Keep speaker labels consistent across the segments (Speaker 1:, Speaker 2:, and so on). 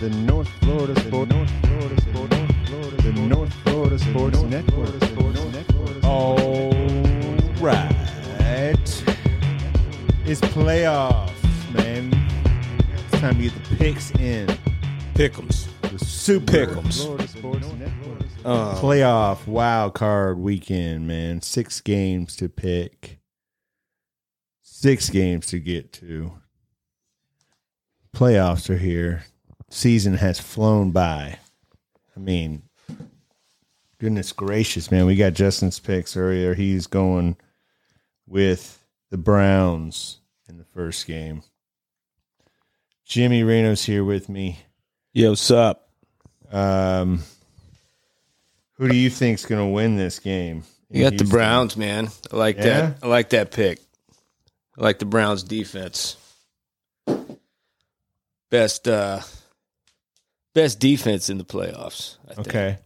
Speaker 1: the North Florida Sport, North Florida Sport, North Florida, the North Florida Sports Network. All right, it's playoffs, man. It's time to get the picks in.
Speaker 2: Pickums.
Speaker 1: The Super
Speaker 2: Pick'ems.
Speaker 1: Uh, playoff wild card weekend, man. Six games to pick. Six games to get to. Playoffs are here. Season has flown by. I mean, goodness gracious, man. We got Justin's picks earlier. He's going with the Browns in the first game. Jimmy Reno's here with me.
Speaker 2: Yo, what's up?
Speaker 1: Um, who do you think's going to win this game? in
Speaker 3: You got the
Speaker 1: Houston?
Speaker 3: Browns, man. I like
Speaker 1: Yeah?
Speaker 3: that. I like that pick. I like the Browns defense. Best uh best defense in the playoffs. I think.
Speaker 1: Okay.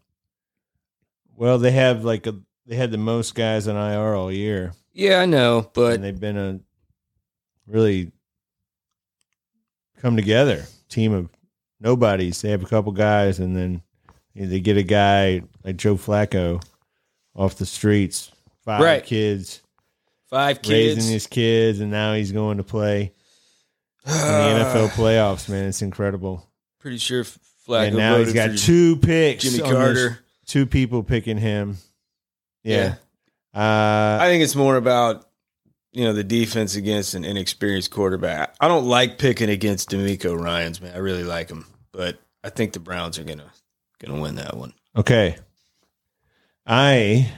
Speaker 1: Well, they have like a they had the most guys on IR all year,
Speaker 3: Yeah, I know, but
Speaker 1: and they've been a really come together team of nobodies. They have a couple guys, and then you know, they get a guy like Joe Flacco off the streets, five
Speaker 3: Right.
Speaker 1: kids,
Speaker 3: five
Speaker 1: raising
Speaker 3: kids.
Speaker 1: his kids, and now he's going to play in the
Speaker 3: Uh.
Speaker 1: NFL playoffs. Man, it's incredible.
Speaker 3: Pretty sure Flacco
Speaker 1: and now he's
Speaker 3: voted
Speaker 1: got
Speaker 3: for
Speaker 1: two picks.
Speaker 3: Jimmy
Speaker 1: on this-
Speaker 3: Carter.
Speaker 1: Two people picking him. Yeah. Uh,
Speaker 3: I think it's more about you know the defense against an inexperienced quarterback. I don't like picking against D'Amico Ryan's man. I really like him, but I think the Browns are gonna gonna win that one.
Speaker 1: okay. I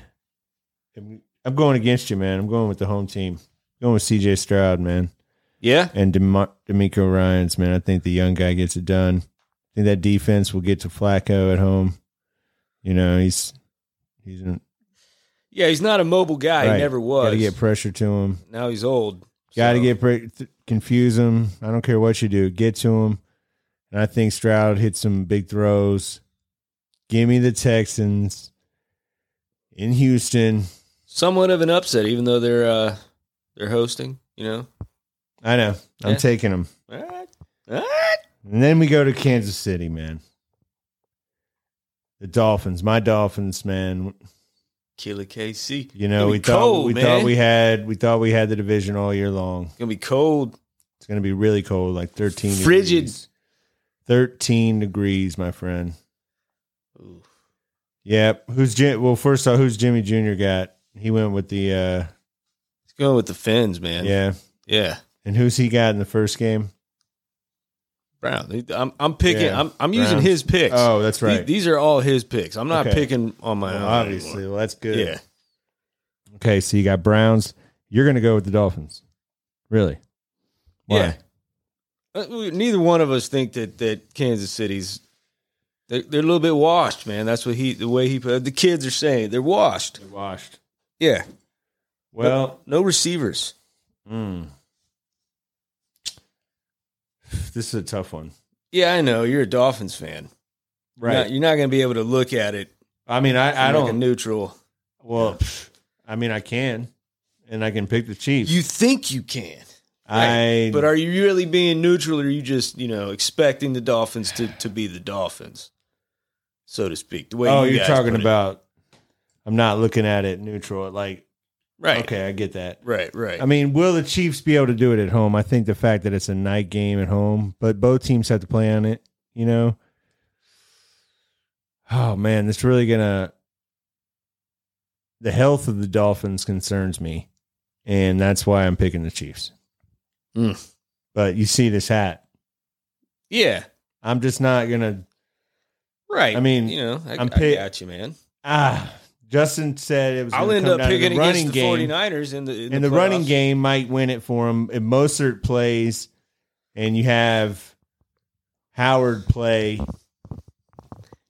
Speaker 1: am, I'm going against you, man. I'm going with the home team. going with CJ Stroud, man.
Speaker 3: Yeah,
Speaker 1: And Dema- D'Amico Ryans, man. I think the young guy gets it done. I think that defense will get to Flacco at home. You know, he's he's an,
Speaker 3: yeah. He's not a mobile guy.
Speaker 1: right.
Speaker 3: He never was.
Speaker 1: Gotta get pressure to him.
Speaker 3: now he's old.
Speaker 1: Got to
Speaker 3: so-
Speaker 1: get pre- th- confuse him. I don't care what you do, get to him. And I think Stroud hit some big throws. Give me the Texans in Houston.
Speaker 3: somewhat of an upset, even though they're uh they're hosting. You know.
Speaker 1: I know I'm
Speaker 3: Yeah.
Speaker 1: taking them.
Speaker 3: All right. All right.
Speaker 1: And then we go to Kansas City, man. The Dolphins, my Dolphins, man.
Speaker 3: Killer KC.
Speaker 1: You know
Speaker 3: Gonna
Speaker 1: we
Speaker 3: be
Speaker 1: thought
Speaker 3: cold,
Speaker 1: we
Speaker 3: man.
Speaker 1: thought we had we thought we had the division all year long.
Speaker 3: It's gonna be cold.
Speaker 1: It's gonna be really cold, like 13
Speaker 3: Frigid.
Speaker 1: degrees. 13 degrees, my friend.
Speaker 3: Ooh.
Speaker 1: Yep. Who's Jim? Well, first off, who's Jimmy Jr. got? He went with the uh
Speaker 3: It's going with the Fins, man.
Speaker 1: yeah.
Speaker 3: Yeah.
Speaker 1: And who's he got in the first game?
Speaker 3: Brown. I'm I'm picking.
Speaker 1: Yeah.
Speaker 3: I'm I'm using
Speaker 1: Browns.
Speaker 3: his picks.
Speaker 1: Oh, that's
Speaker 3: Th-
Speaker 1: right.
Speaker 3: These, are all his picks. I'm not
Speaker 1: Okay.
Speaker 3: picking on my
Speaker 1: Well,
Speaker 3: own.
Speaker 1: obviously, well, that's good.
Speaker 3: anymore. Yeah.
Speaker 1: Okay, so you got Browns. You're going to go with the Dolphins. Really? Why?
Speaker 3: Yeah. Uh, we- Neither one of us think that that Kansas City's they're, they're a little bit washed, man. That's what he the way he put the kids are saying they're washed.
Speaker 1: Washed.
Speaker 3: Yeah.
Speaker 1: Well,
Speaker 3: No receivers.
Speaker 1: mm. this is a tough one.
Speaker 3: Yeah, I know. You're a Dolphins fan. You're not- You're not, going to be able to look at it.
Speaker 1: I mean, I, I
Speaker 3: from, like, a
Speaker 1: don't.
Speaker 3: neutral.
Speaker 1: Well, pff, I mean, I can, and I can pick the Chiefs.
Speaker 3: You think you can.
Speaker 1: I.
Speaker 3: But are you really being neutral, or are you just you know expecting the Dolphins to, to be the Dolphins, so to speak? The way
Speaker 1: oh,
Speaker 3: you
Speaker 1: you're
Speaker 3: guys
Speaker 1: talking
Speaker 3: put it.
Speaker 1: about. I'm not looking at it neutral. Like,
Speaker 3: right,
Speaker 1: okay, I get that.
Speaker 3: right, right.
Speaker 1: I mean, will the Chiefs be able to do it at home? I think the fact that it's a night game at home, but both teams have to play on it, you know? Oh, man, that's really going to. The health of the Dolphins concerns me, and that's why I'm picking the Chiefs.
Speaker 3: Mm.
Speaker 1: But you see this hat.
Speaker 3: yeah,
Speaker 1: I'm just not going to.
Speaker 3: right.
Speaker 1: I mean,
Speaker 3: you know, I,
Speaker 1: I'm
Speaker 3: I
Speaker 1: pick-
Speaker 3: got you, man.
Speaker 1: Ah, Justin said it was.
Speaker 3: I'll
Speaker 1: gonna
Speaker 3: end
Speaker 1: come
Speaker 3: up
Speaker 1: down to
Speaker 3: picking
Speaker 1: the running
Speaker 3: against the
Speaker 1: game.
Speaker 3: 49ers in the in,
Speaker 1: and the,
Speaker 3: playoffs.
Speaker 1: running game might win it for him. If Mostert plays, and you have Howard play, you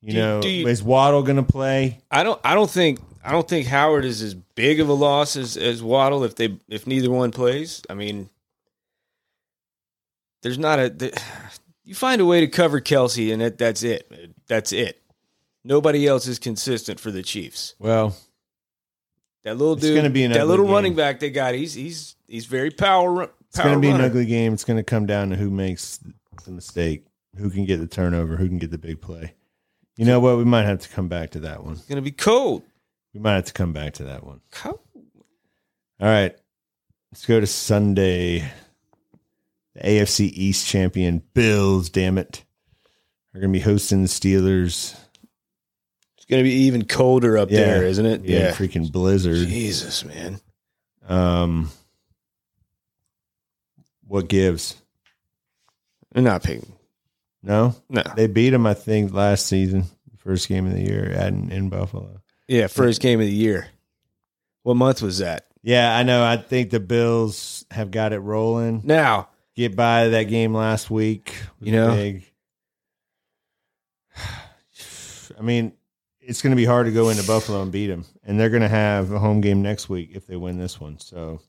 Speaker 3: Do you-
Speaker 1: know,
Speaker 3: do you-
Speaker 1: is Waddle going to play?
Speaker 3: I don't. I don't think. I don't think Howard is as big of a loss as, as Waddle if they if neither one plays. I mean, there's not a. the- you find a way to cover Kelsey, and that, that's it. That's it. Nobody else is consistent for the Chiefs.
Speaker 1: Well,
Speaker 3: That little
Speaker 1: It's
Speaker 3: dude,
Speaker 1: gonna be an
Speaker 3: that
Speaker 1: ugly
Speaker 3: little
Speaker 1: game.
Speaker 3: running back they got. He's he's he's very power.
Speaker 1: it's going to be an
Speaker 3: runner.
Speaker 1: ugly game. It's going to come down to who makes the mistake, who can get the turnover, who can get the big play. You know what? We might have to come back to that one.
Speaker 3: It's gonna be cold.
Speaker 1: We might have to come back to that one.
Speaker 3: Cold.
Speaker 1: All right. Let's go to Sunday. The AFC East champion Bills, damn it. Are going to be hosting the Steelers.
Speaker 3: It's gonna be even colder up
Speaker 1: Yeah.
Speaker 3: there, isn't it?
Speaker 1: Yeah, freaking blizzard.
Speaker 3: Jesus, man.
Speaker 1: Um what gives?
Speaker 3: They're not picking.
Speaker 1: No?
Speaker 3: No.
Speaker 1: They beat them I think last season, first game of the year at in Buffalo.
Speaker 3: Yeah, first game of the year. What month was that?
Speaker 1: Yeah, I know. I think the Bills have got it rolling.
Speaker 3: Now,
Speaker 1: get by that game last week. was
Speaker 3: You know?
Speaker 1: big. I mean, it's going to be hard to go into Buffalo and beat them, and they're going to have a home game next week if they win this one. So,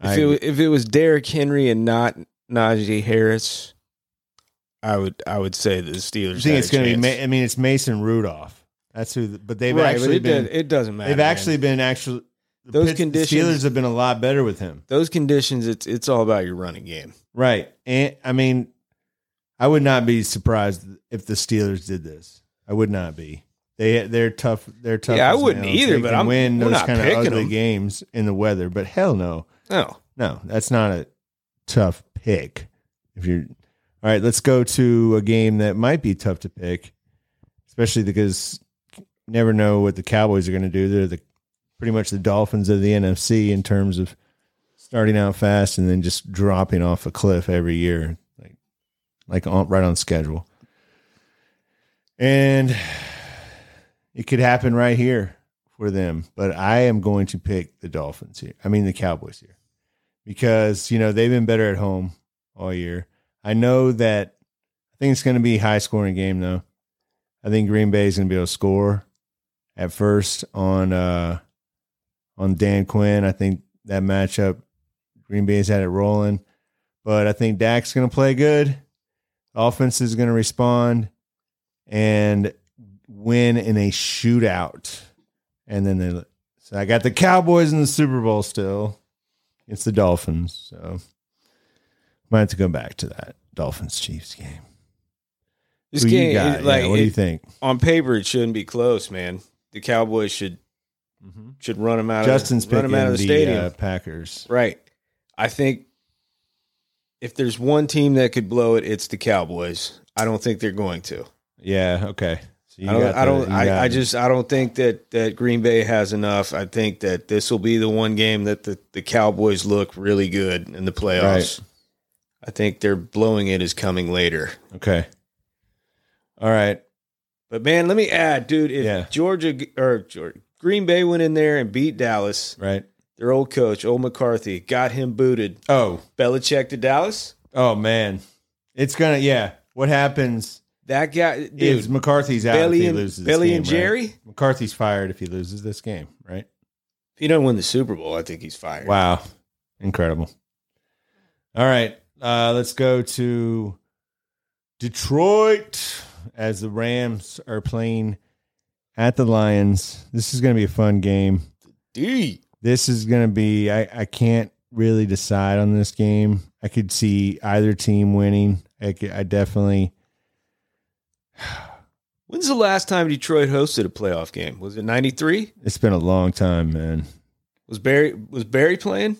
Speaker 1: I
Speaker 3: if it, if it was Derrick Henry and not Najee Harris, I would I would say that the Steelers.
Speaker 1: I think
Speaker 3: had
Speaker 1: it's
Speaker 3: a
Speaker 1: going to be.
Speaker 3: chance.
Speaker 1: Ma- I mean, it's Mason Rudolph. That's who. The, but they've
Speaker 3: Right, but
Speaker 1: actually
Speaker 3: it,
Speaker 1: been.
Speaker 3: does, it doesn't matter.
Speaker 1: they've
Speaker 3: man.
Speaker 1: actually been actually. the
Speaker 3: Those
Speaker 1: Pitts- the
Speaker 3: conditions-
Speaker 1: Steelers have been a lot better with him.
Speaker 3: those conditions. It's it's all about your running game.
Speaker 1: Right. And I mean, I would not be surprised if the Steelers did this. I would not be. They they're tough. They're tough.
Speaker 3: Yeah, I
Speaker 1: as
Speaker 3: wouldn't
Speaker 1: nails.
Speaker 3: either,
Speaker 1: They
Speaker 3: but
Speaker 1: can
Speaker 3: I'm-
Speaker 1: win
Speaker 3: we're
Speaker 1: those
Speaker 3: not
Speaker 1: kind of
Speaker 3: picking
Speaker 1: ugly
Speaker 3: them.
Speaker 1: games in the weather. But hell no,
Speaker 3: No,
Speaker 1: no, that's not a tough pick. If you're all right, let's go to a game that might be tough to pick, especially because you never know what the Cowboys are going to do. They're the pretty much the Dolphins of the NFC in terms of starting out fast and then just dropping off a cliff every year, like like on, right on schedule. And it could happen right here for them, but I am going to pick the Dolphins here. I mean the Cowboys here because you know they've been better at home all year. I know that I think it's going to be a high scoring game though. I think Green Bay is going to be able to score at first on uh on Dan Quinn. I think that matchup Green Bay's had it rolling, but I think Dak's going to play good. Offense is going to respond and win in a shootout. And then they so I got the Cowboys in the Super Bowl still. It's the Dolphins, so might have to go back to that Dolphins Chiefs game.
Speaker 3: this
Speaker 1: Who you
Speaker 3: game
Speaker 1: got?
Speaker 3: it- like
Speaker 1: yeah, what do you
Speaker 3: it-
Speaker 1: think?
Speaker 3: on paper it shouldn't be close, man. The Cowboys should should run them out.
Speaker 1: Justin's
Speaker 3: of, Mm-hmm. run
Speaker 1: picking
Speaker 3: 'em out of the, stadium.
Speaker 1: uh, Packers.
Speaker 3: Right. I think if there's one team that could blow it, it's the Cowboys. I don't think they're going to.
Speaker 1: Yeah, okay. So you
Speaker 3: I don't.
Speaker 1: got
Speaker 3: I,
Speaker 1: the-
Speaker 3: don't
Speaker 1: you
Speaker 3: I,
Speaker 1: got-
Speaker 3: I just. I don't think that that Green Bay has enough. I think that this will be the one game that the the Cowboys look really good in the playoffs. I think their blowing it is coming later.
Speaker 1: okay. All right,
Speaker 3: But man, let me add, dude. If
Speaker 1: Yeah.
Speaker 3: Georgia g- or Georgia, Green Bay went in there and beat Dallas,
Speaker 1: right.
Speaker 3: their old coach, old McCarthy, got him booted.
Speaker 1: Oh,
Speaker 3: Belichick to Dallas.
Speaker 1: oh man, it's gonna. Yeah, what happens
Speaker 3: That guy, dude.
Speaker 1: is McCarthy's out
Speaker 3: Billy
Speaker 1: if he
Speaker 3: and-
Speaker 1: loses. this
Speaker 3: Billy
Speaker 1: game,
Speaker 3: and
Speaker 1: right?
Speaker 3: Jerry?
Speaker 1: McCarthy's fired if he loses this game, right?
Speaker 3: If he doesn't win the Super Bowl, I think he's fired.
Speaker 1: Wow. Incredible. All right. Uh, let's go to Detroit as the Rams are playing at the Lions. This is going to be a fun game.
Speaker 3: D.
Speaker 1: This is going to be, I, I can't really decide on this game. I could see either team winning. I, could, I definitely,
Speaker 3: When's the last time Detroit hosted a playoff game? Was it '93?
Speaker 1: it's been a long time, man.
Speaker 3: Was Barry was Barry playing?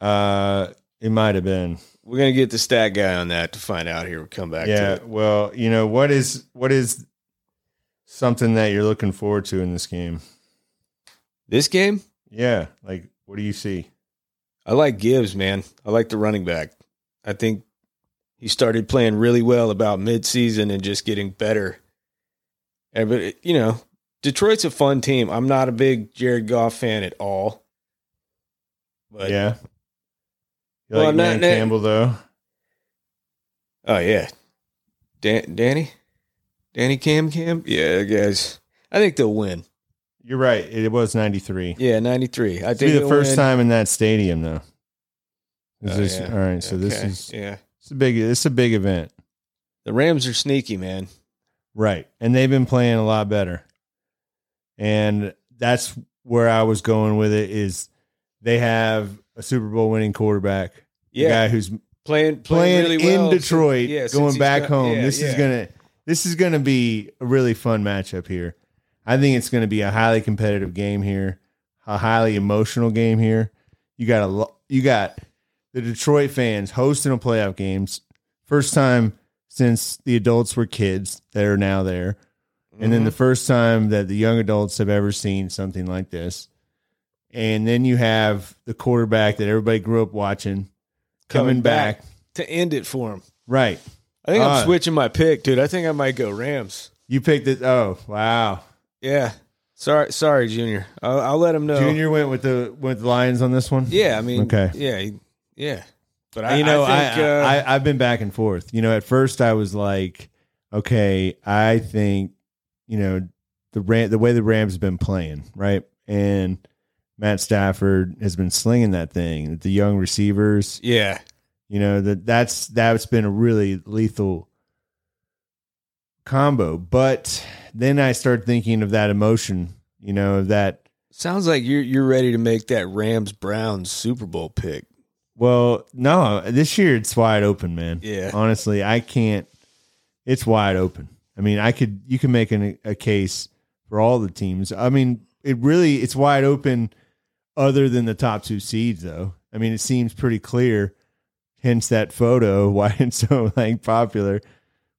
Speaker 1: Uh, it might have been.
Speaker 3: We're gonna get the stat guy on that to find out here. We'll come back
Speaker 1: yeah
Speaker 3: to it.
Speaker 1: well you know what is what is something that you're looking forward to in this game
Speaker 3: This game,
Speaker 1: yeah like what do you see
Speaker 3: I like Gibbs, man. I like the running back. I think he started playing really well about midseason and just getting better. And but you know, Detroit's a fun team. I'm not a big Jared Goff fan at all. But
Speaker 1: yeah you
Speaker 3: Well,
Speaker 1: like
Speaker 3: no-
Speaker 1: Matt
Speaker 3: no-
Speaker 1: campbell though
Speaker 3: Oh yeah, Dan- Danny, Danny Cam Cam. Yeah, guys, I think they'll win.
Speaker 1: you're right it was 93
Speaker 3: Yeah, ninety three. I
Speaker 1: It'll
Speaker 3: think
Speaker 1: be the
Speaker 3: they'll
Speaker 1: first
Speaker 3: win.
Speaker 1: time in that stadium though This
Speaker 3: Oh,
Speaker 1: is-
Speaker 3: yeah.
Speaker 1: all right so this
Speaker 3: Okay,
Speaker 1: is
Speaker 3: yeah.
Speaker 1: it's a big it's a big event
Speaker 3: The Rams are sneaky, man.
Speaker 1: Right. And they've been playing a lot better. And that's where I was going with it is they have a Super Bowl winning quarterback.
Speaker 3: Yeah.
Speaker 1: A guy who's
Speaker 3: playing
Speaker 1: playing
Speaker 3: playing, really well
Speaker 1: in
Speaker 3: since-
Speaker 1: Detroit,
Speaker 3: yeah, since
Speaker 1: going
Speaker 3: he's
Speaker 1: back
Speaker 3: got-
Speaker 1: home.
Speaker 3: yeah,
Speaker 1: this is
Speaker 3: yeah.
Speaker 1: gonna this is gonna be a really fun matchup here. I think it's gonna be a highly competitive game here, a highly emotional game here. You got a lo- you got the Detroit fans hosting a playoff games first time since the adults were kids that are now there, and
Speaker 3: Mm-hmm.
Speaker 1: then the first time that the young adults have ever seen something like this. And then you have the quarterback that everybody grew up watching coming,
Speaker 3: Coming
Speaker 1: back.
Speaker 3: back. to end it for him.
Speaker 1: Right.
Speaker 3: I think
Speaker 1: Uh,
Speaker 3: I'm switching my pick, dude. I think I might go Rams.
Speaker 1: You picked it. Oh wow!
Speaker 3: Yeah. Sorry, sorry, Junior. I'll, I'll let him know.
Speaker 1: Junior went with the went the Lions on this one.
Speaker 3: Yeah, I mean,
Speaker 1: Okay.
Speaker 3: Yeah, he- yeah. But I,
Speaker 1: I, you know, I,
Speaker 3: I think, uh,
Speaker 1: I, I I've been back and forth. You know, at first I was like, okay, I think you know the Ram, the way the Rams have been playing, right, and Matt Stafford has been slinging that thing. The young receivers,
Speaker 3: yeah,
Speaker 1: You know that that's that's been a really lethal combo. But then I start thinking of that emotion, you know, of that.
Speaker 3: sounds like you're you're ready to make that Rams Browns Super Bowl pick.
Speaker 1: Well, no, this year it's wide open, man.
Speaker 3: Yeah.
Speaker 1: Honestly, I can't. It's wide open. I mean, I could. You can make an, a case for all the teams. I mean, it really it's wide open. Other than the top two seeds, though, I mean, it seems pretty clear. Hence that photo. Why it's so like popular.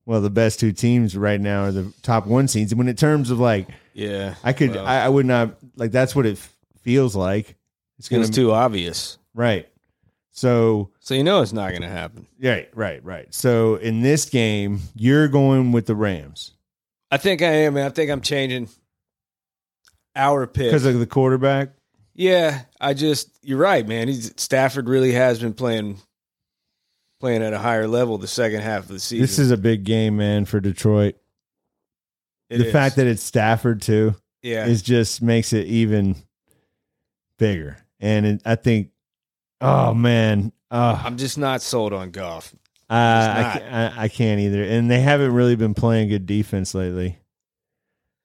Speaker 1: Well, the best two teams right now are the top one seeds. And when in terms of like,
Speaker 3: Yeah,
Speaker 1: I could,
Speaker 3: Well,
Speaker 1: I, I would not like. That's what it f- feels like. It's gonna
Speaker 3: it's too obvious,
Speaker 1: right. So
Speaker 3: so you know it's not going to happen.
Speaker 1: Right, right, right. So in this game, you're going with the Rams
Speaker 3: I think I am, man. I think I'm changing our pick.
Speaker 1: because of the quarterback.
Speaker 3: Yeah, I just you're right, man. He's Stafford really has been playing playing at a higher level the second half of the season.
Speaker 1: This is a big game, man, for Detroit.
Speaker 3: It
Speaker 1: the
Speaker 3: is.
Speaker 1: fact that it's Stafford too
Speaker 3: yeah,
Speaker 1: is just makes it even bigger. And it, I think, oh man, oh,
Speaker 3: I'm just not sold on golf.
Speaker 1: I, Uh, I,
Speaker 3: not.
Speaker 1: ca- I I can't either. And they haven't really been playing good defense lately.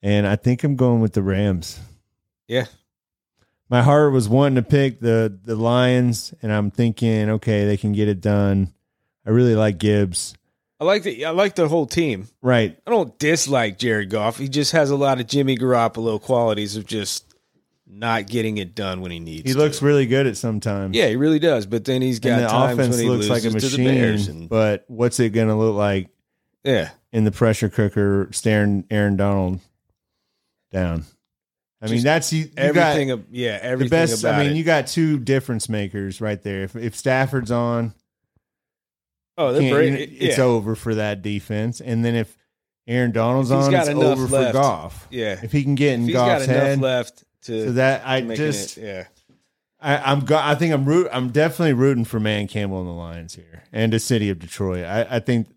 Speaker 1: And I think I'm going with the Rams.
Speaker 3: Yeah,
Speaker 1: my heart was wanting to pick the the Lions, and I'm thinking, okay, they can get it done. I really like Gibbs.
Speaker 3: I like the I like the whole team.
Speaker 1: Right.
Speaker 3: I don't dislike Jared Goff. He just has a lot of Jimmy Garoppolo qualities of just not getting it done when he needs.
Speaker 1: He looks
Speaker 3: to.
Speaker 1: really good at some times.
Speaker 3: yeah, he really does. But then he's got
Speaker 1: And the
Speaker 3: times
Speaker 1: offense
Speaker 3: when he
Speaker 1: looks like a
Speaker 3: loses to the Bears
Speaker 1: machine.
Speaker 3: and-
Speaker 1: But what's it gonna look like
Speaker 3: yeah,
Speaker 1: in the pressure cooker staring Aaron Donald down? I mean,
Speaker 3: Just
Speaker 1: that's you, you got-
Speaker 3: everything. ab- yeah,
Speaker 1: the
Speaker 3: everything.
Speaker 1: best.
Speaker 3: About
Speaker 1: I mean,
Speaker 3: it.
Speaker 1: you got two difference makers right there. If, if Stafford's on,
Speaker 3: oh, they're
Speaker 1: can't-
Speaker 3: great.
Speaker 1: you know, it's
Speaker 3: yeah.
Speaker 1: over for that defense. And then if Aaron Donald's
Speaker 3: If he's
Speaker 1: on,
Speaker 3: got
Speaker 1: it's
Speaker 3: enough
Speaker 1: over
Speaker 3: left.
Speaker 1: for golf.
Speaker 3: yeah.
Speaker 1: If he can get in
Speaker 3: If he's got
Speaker 1: Goff's
Speaker 3: enough
Speaker 1: head,
Speaker 3: left to,
Speaker 1: so that I
Speaker 3: making
Speaker 1: just
Speaker 3: it. Yeah,
Speaker 1: I, I'm go- I think I'm root I'm definitely rooting for Man Campbell and the Lions here and the city of Detroit. I, I think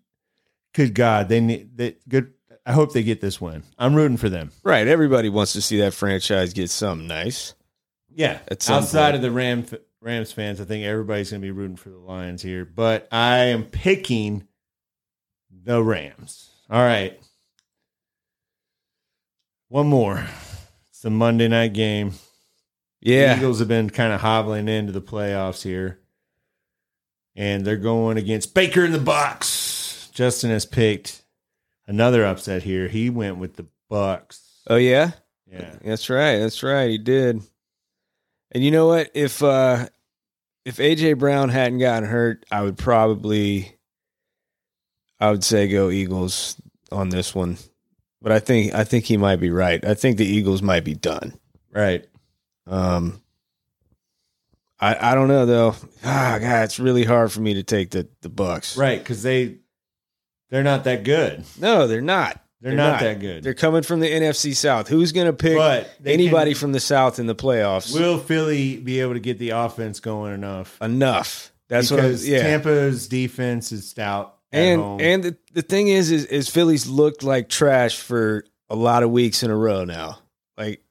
Speaker 1: good God they need they good. I hope they get this win. I'm rooting for them.
Speaker 3: right. Everybody wants to see that franchise get something nice.
Speaker 1: Yeah,
Speaker 3: At some
Speaker 1: outside
Speaker 3: point.
Speaker 1: of the Ram Rams fans, I think everybody's going to be rooting for the Lions here. But I am picking the Rams. All right, one more. It's the Monday night game.
Speaker 3: Yeah,
Speaker 1: The Eagles have been kind of hobbling into the playoffs here. And they're going against Baker in the box. Justin has picked another upset here. He went with the Bucks.
Speaker 3: Oh yeah,
Speaker 1: Yeah.
Speaker 3: that's right. That's right. He did. And you know what? If uh if AJ Brown hadn't gotten hurt, I would probably I would say go Eagles on this one. But I think I think he might be right. I think the Eagles might be done.
Speaker 1: Right.
Speaker 3: Um I I don't know though. Ah god, it's really hard for me to take the the Bucks.
Speaker 1: Right, cuz they they're not that good.
Speaker 3: No, they're not.
Speaker 1: They're,
Speaker 3: They're
Speaker 1: not,
Speaker 3: not.
Speaker 1: that good.
Speaker 3: They're coming from the NFC South. Who's going to pick
Speaker 1: but they
Speaker 3: anybody
Speaker 1: can-
Speaker 3: from the South in the playoffs?
Speaker 1: will Philly be able to get the offense going enough?
Speaker 3: enough. That's what I
Speaker 1: because
Speaker 3: was, yeah.
Speaker 1: Tampa's defense is stout at
Speaker 3: and
Speaker 1: home.
Speaker 3: and the, the thing is, is is Philly's looked like trash for a lot of weeks in a row now. Like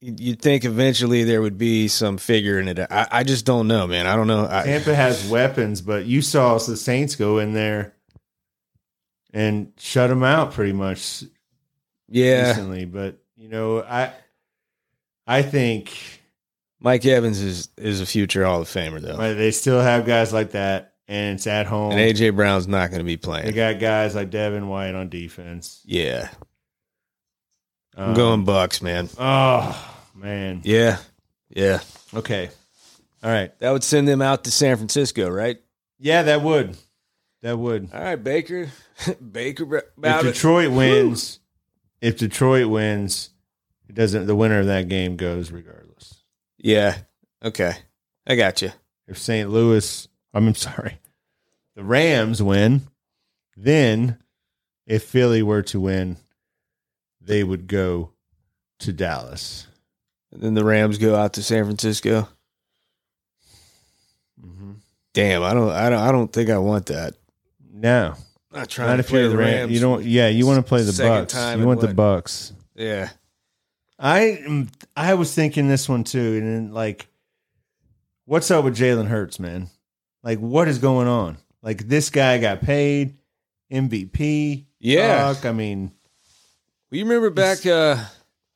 Speaker 3: you- you'd think eventually there would be some figuring it out. I, I just don't know, man. I don't know. I,
Speaker 1: Tampa has weapons, but you saw the Saints go in there and shut them out pretty much
Speaker 3: yeah,
Speaker 1: recently. But you know, I I think
Speaker 3: Mike Evans is is a future Hall of Famer though,
Speaker 1: But uh, they still have guys like that, and it's at home.
Speaker 3: and AJ Brown's not going to be
Speaker 1: they
Speaker 3: playing.
Speaker 1: got guys like Devin White on defense.
Speaker 3: yeah, I'm
Speaker 1: Um,
Speaker 3: going Bucks, man.
Speaker 1: Oh man.
Speaker 3: Yeah, yeah.
Speaker 1: Okay. All right.
Speaker 3: That would send them out to San Francisco, right?
Speaker 1: Yeah, that would. That would.
Speaker 3: All right, Baker, Baker. Br-
Speaker 1: If
Speaker 3: About it.
Speaker 1: Detroit wins, if Detroit wins, it doesn't. The winner of that game goes regardless.
Speaker 3: Yeah. Okay, I got you.
Speaker 1: If St. Louis, I'm sorry, the Rams win, then if Philly were to win, they would go to Dallas.
Speaker 3: And then the Rams go out to San Francisco.
Speaker 1: Mm-hmm.
Speaker 3: Damn, I don't, I don't, I don't think I want that.
Speaker 1: No,
Speaker 3: I'm not trying
Speaker 1: not
Speaker 3: to
Speaker 1: if
Speaker 3: play
Speaker 1: you're
Speaker 3: the Rams.
Speaker 1: You don't. Yeah, you want to play the
Speaker 3: Second
Speaker 1: Bucks.
Speaker 3: time
Speaker 1: You
Speaker 3: in
Speaker 1: want the
Speaker 3: what?
Speaker 1: Bucks.
Speaker 3: Yeah.
Speaker 1: I I was thinking this one too, and then, like, what's up with Jalen Hurts, man? Like, what is going on? Like, this guy got paid MVP.
Speaker 3: Yeah.
Speaker 1: Fuck, I mean,
Speaker 3: Well, you remember back uh,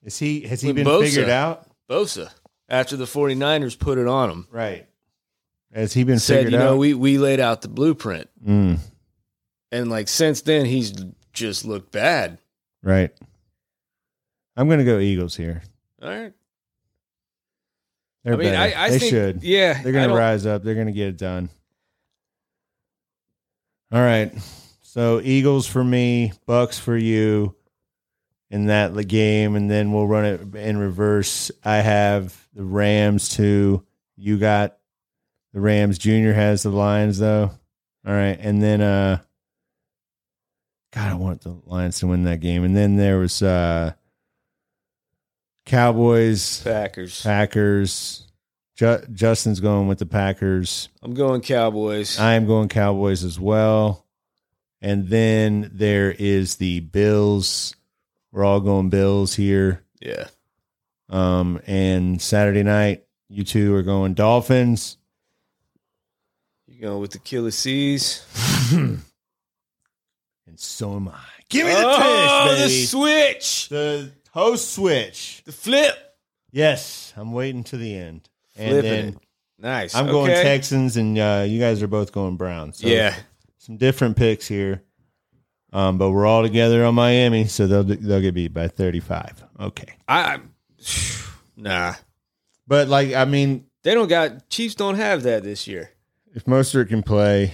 Speaker 1: is he has he
Speaker 3: With
Speaker 1: been
Speaker 3: Bosa.
Speaker 1: figured out?
Speaker 3: Bosa after the 49ers put it on him?
Speaker 1: Right. Has he been
Speaker 3: Said,
Speaker 1: figured
Speaker 3: you know,
Speaker 1: out?
Speaker 3: we, we laid out the blueprint.
Speaker 1: Mm,
Speaker 3: And like since then, he's just looked bad.
Speaker 1: right. I'm gonna go Eagles here.
Speaker 3: All right.
Speaker 1: They're
Speaker 3: I mean,
Speaker 1: better.
Speaker 3: I, I
Speaker 1: they
Speaker 3: think,
Speaker 1: should.
Speaker 3: Yeah.
Speaker 1: They're
Speaker 3: I
Speaker 1: gonna
Speaker 3: don't-
Speaker 1: rise up. They're gonna get it done. All right. So Eagles for me, Bucks for you in that l- game, and then we'll run it in reverse. I have the Rams too. You got the Rams. Junior has the Lions though. All right, and then uh, God, I want the Lions to win that game, and then there was uh, Cowboys.
Speaker 3: Packers.
Speaker 1: Packers. Ju- Justin's going with the Packers.
Speaker 3: I'm going Cowboys.
Speaker 1: I am going Cowboys as well. And then there is the Bills. We're all going Bills here.
Speaker 3: yeah.
Speaker 1: Um, and Saturday night, you two are going Dolphins.
Speaker 3: You going with the Achilles?
Speaker 1: and so am I. Give me the
Speaker 3: oh,
Speaker 1: twist,
Speaker 3: the
Speaker 1: baby.
Speaker 3: switch,
Speaker 1: the host switch.
Speaker 3: the flip.
Speaker 1: Yes, I'm waiting to the end. And
Speaker 3: Flipping
Speaker 1: then
Speaker 3: it. Nice.
Speaker 1: I'm going
Speaker 3: okay.
Speaker 1: Texans, and uh, you guys are both going Browns. So
Speaker 3: yeah.
Speaker 1: some different picks here. Um, but we're all together on Miami, so they'll they'll get beat by 35. Okay.
Speaker 3: I. Nah.
Speaker 1: But like I mean,
Speaker 3: They don't got Chiefs. Don't have that this year.
Speaker 1: if Mostert can play,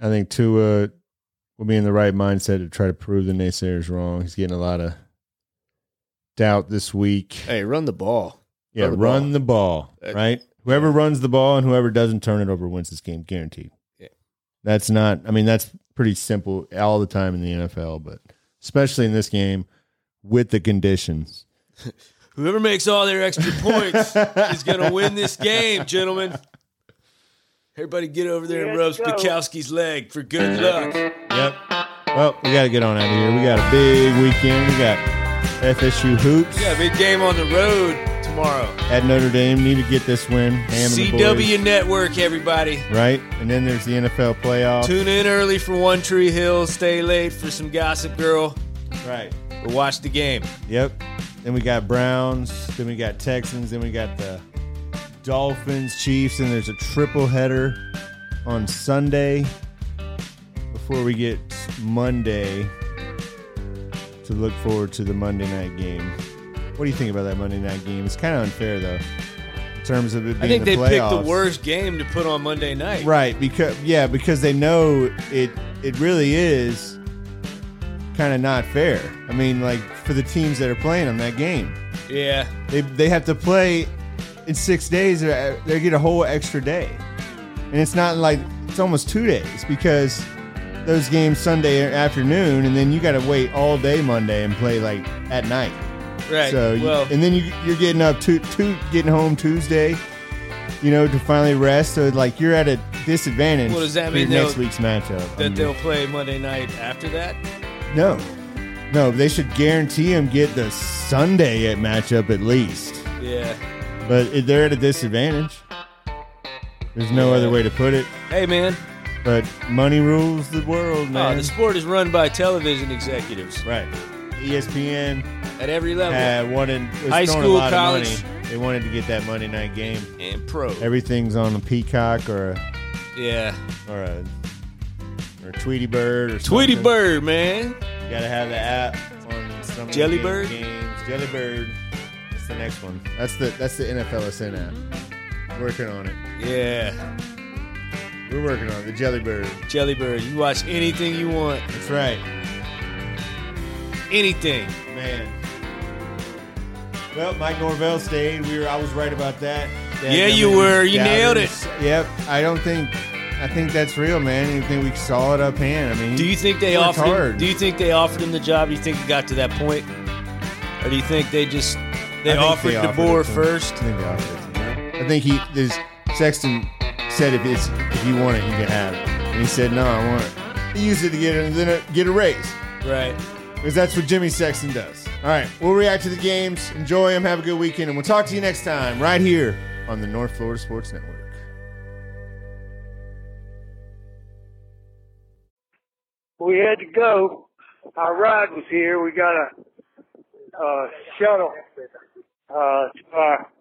Speaker 1: I think Tua will be in the right mindset to try to prove the naysayers wrong. He's getting a lot of doubt this week.
Speaker 3: Hey, run the ball.
Speaker 1: yeah,
Speaker 3: run the
Speaker 1: run
Speaker 3: ball.
Speaker 1: the ball,
Speaker 3: Uh,
Speaker 1: right? Whoever runs the ball and whoever doesn't turn it over wins this game, guaranteed.
Speaker 3: Yeah.
Speaker 1: That's not I mean, that's pretty simple all the time in the NFL, but especially in this game with the conditions.
Speaker 3: Whoever makes all their extra points is going to win this game, gentlemen. Everybody get over there and rub Spikowski's leg for good luck.
Speaker 1: Yep. Well, we got to get on out of here. We got a big weekend. We got FSU hoops
Speaker 3: Yeah, big game on the road tomorrow.
Speaker 1: at Notre Dame. Need to get this win. Ham and the boys,
Speaker 3: CW Network, everybody.
Speaker 1: right? And then there's the NFL playoff.
Speaker 3: Tune in early for One Tree Hill. Stay late for some Gossip Girl.
Speaker 1: Right.
Speaker 3: But watch the game.
Speaker 1: Yep. Then we got Browns. Then we got Texans. Then we got the Dolphins, Chiefs, and there's a triple header on Sunday before we get Monday to look forward to the Monday night game. What do you think about that Monday night game? It's kind of unfair though, in terms of it being
Speaker 3: I think
Speaker 1: the
Speaker 3: they picked the
Speaker 1: playoffs.
Speaker 3: worst game to put on Monday night.
Speaker 1: Right, because yeah, because they know it it really is kind of not fair. I mean, like for the teams that are playing on that game.
Speaker 3: Yeah.
Speaker 1: They they have to play in 6 days or they get a whole extra day. And it's not like it's almost 2 days because those games Sunday afternoon and then you got to wait all day Monday and play like at night.
Speaker 3: Right.
Speaker 1: So you-
Speaker 3: well,
Speaker 1: and then you you're getting up to two getting home Tuesday, you know, to finally rest. So like you're at a disadvantage.
Speaker 3: Well, does that
Speaker 1: for
Speaker 3: mean
Speaker 1: your next
Speaker 3: they'll-
Speaker 1: week's matchup? I
Speaker 3: that
Speaker 1: mean,
Speaker 3: they'll play Monday night after that?
Speaker 1: no, no, they should guarantee him get the Sunday at matchup at least.
Speaker 3: Yeah.
Speaker 1: But it- they're at a disadvantage. There's no other way to put it.
Speaker 3: Hey, man.
Speaker 1: But money rules the world,
Speaker 3: Uh,
Speaker 1: man.
Speaker 3: the sport is run by television executives
Speaker 1: right. E ESPN
Speaker 3: at every level.
Speaker 1: had one in was
Speaker 3: High
Speaker 1: throwing a
Speaker 3: Oh, school,
Speaker 1: lot of
Speaker 3: college,
Speaker 1: money They wanted to get that Monday night game.
Speaker 3: and pro.
Speaker 1: Everything's on a peacock or a,
Speaker 3: yeah,
Speaker 1: or a or a Tweety Bird or
Speaker 3: Tweety
Speaker 1: something.
Speaker 3: Bird, man.
Speaker 1: You gotta have the app on some of the
Speaker 3: Jelly
Speaker 1: game-
Speaker 3: Bird?
Speaker 1: games. Jelly Bird. That's the next one. That's the that's the NFLSN app. Working on it.
Speaker 3: Yeah,
Speaker 1: We're working on it. the Jelly Bird.
Speaker 3: Jelly Bird. You watch anything you want,
Speaker 1: That's right.
Speaker 3: anything.
Speaker 1: Man. Well, Mike Norvell stayed. We were. I was right about that. Dad
Speaker 3: Yeah, you
Speaker 1: Gummin,
Speaker 3: were. You nailed
Speaker 1: Doubters. Yep. I don't think. I think that's real, man. I think we saw it up hand. I mean,
Speaker 3: Do you think they
Speaker 1: Worked
Speaker 3: offered? Him,
Speaker 1: hard.
Speaker 3: do you think they offered him the job? Do you think it got to that point, or do you think they just they
Speaker 1: I think
Speaker 3: offered
Speaker 1: they
Speaker 3: the
Speaker 1: it
Speaker 3: board
Speaker 1: to him.
Speaker 3: first?
Speaker 1: I think they offered it to him. I think he. There's Sexton said if it's if you want it, you can have it. And he said no, I want it. He used it to get a, then a, get a raise
Speaker 3: Right.
Speaker 1: because that's what Jimmy Sexton does. All right, we'll react to the games, enjoy them, have a good weekend, and we'll talk to you next time right here on the North Florida Sports Network.
Speaker 4: we had to go. Our ride was here. We got a, uh shuttle uh, to our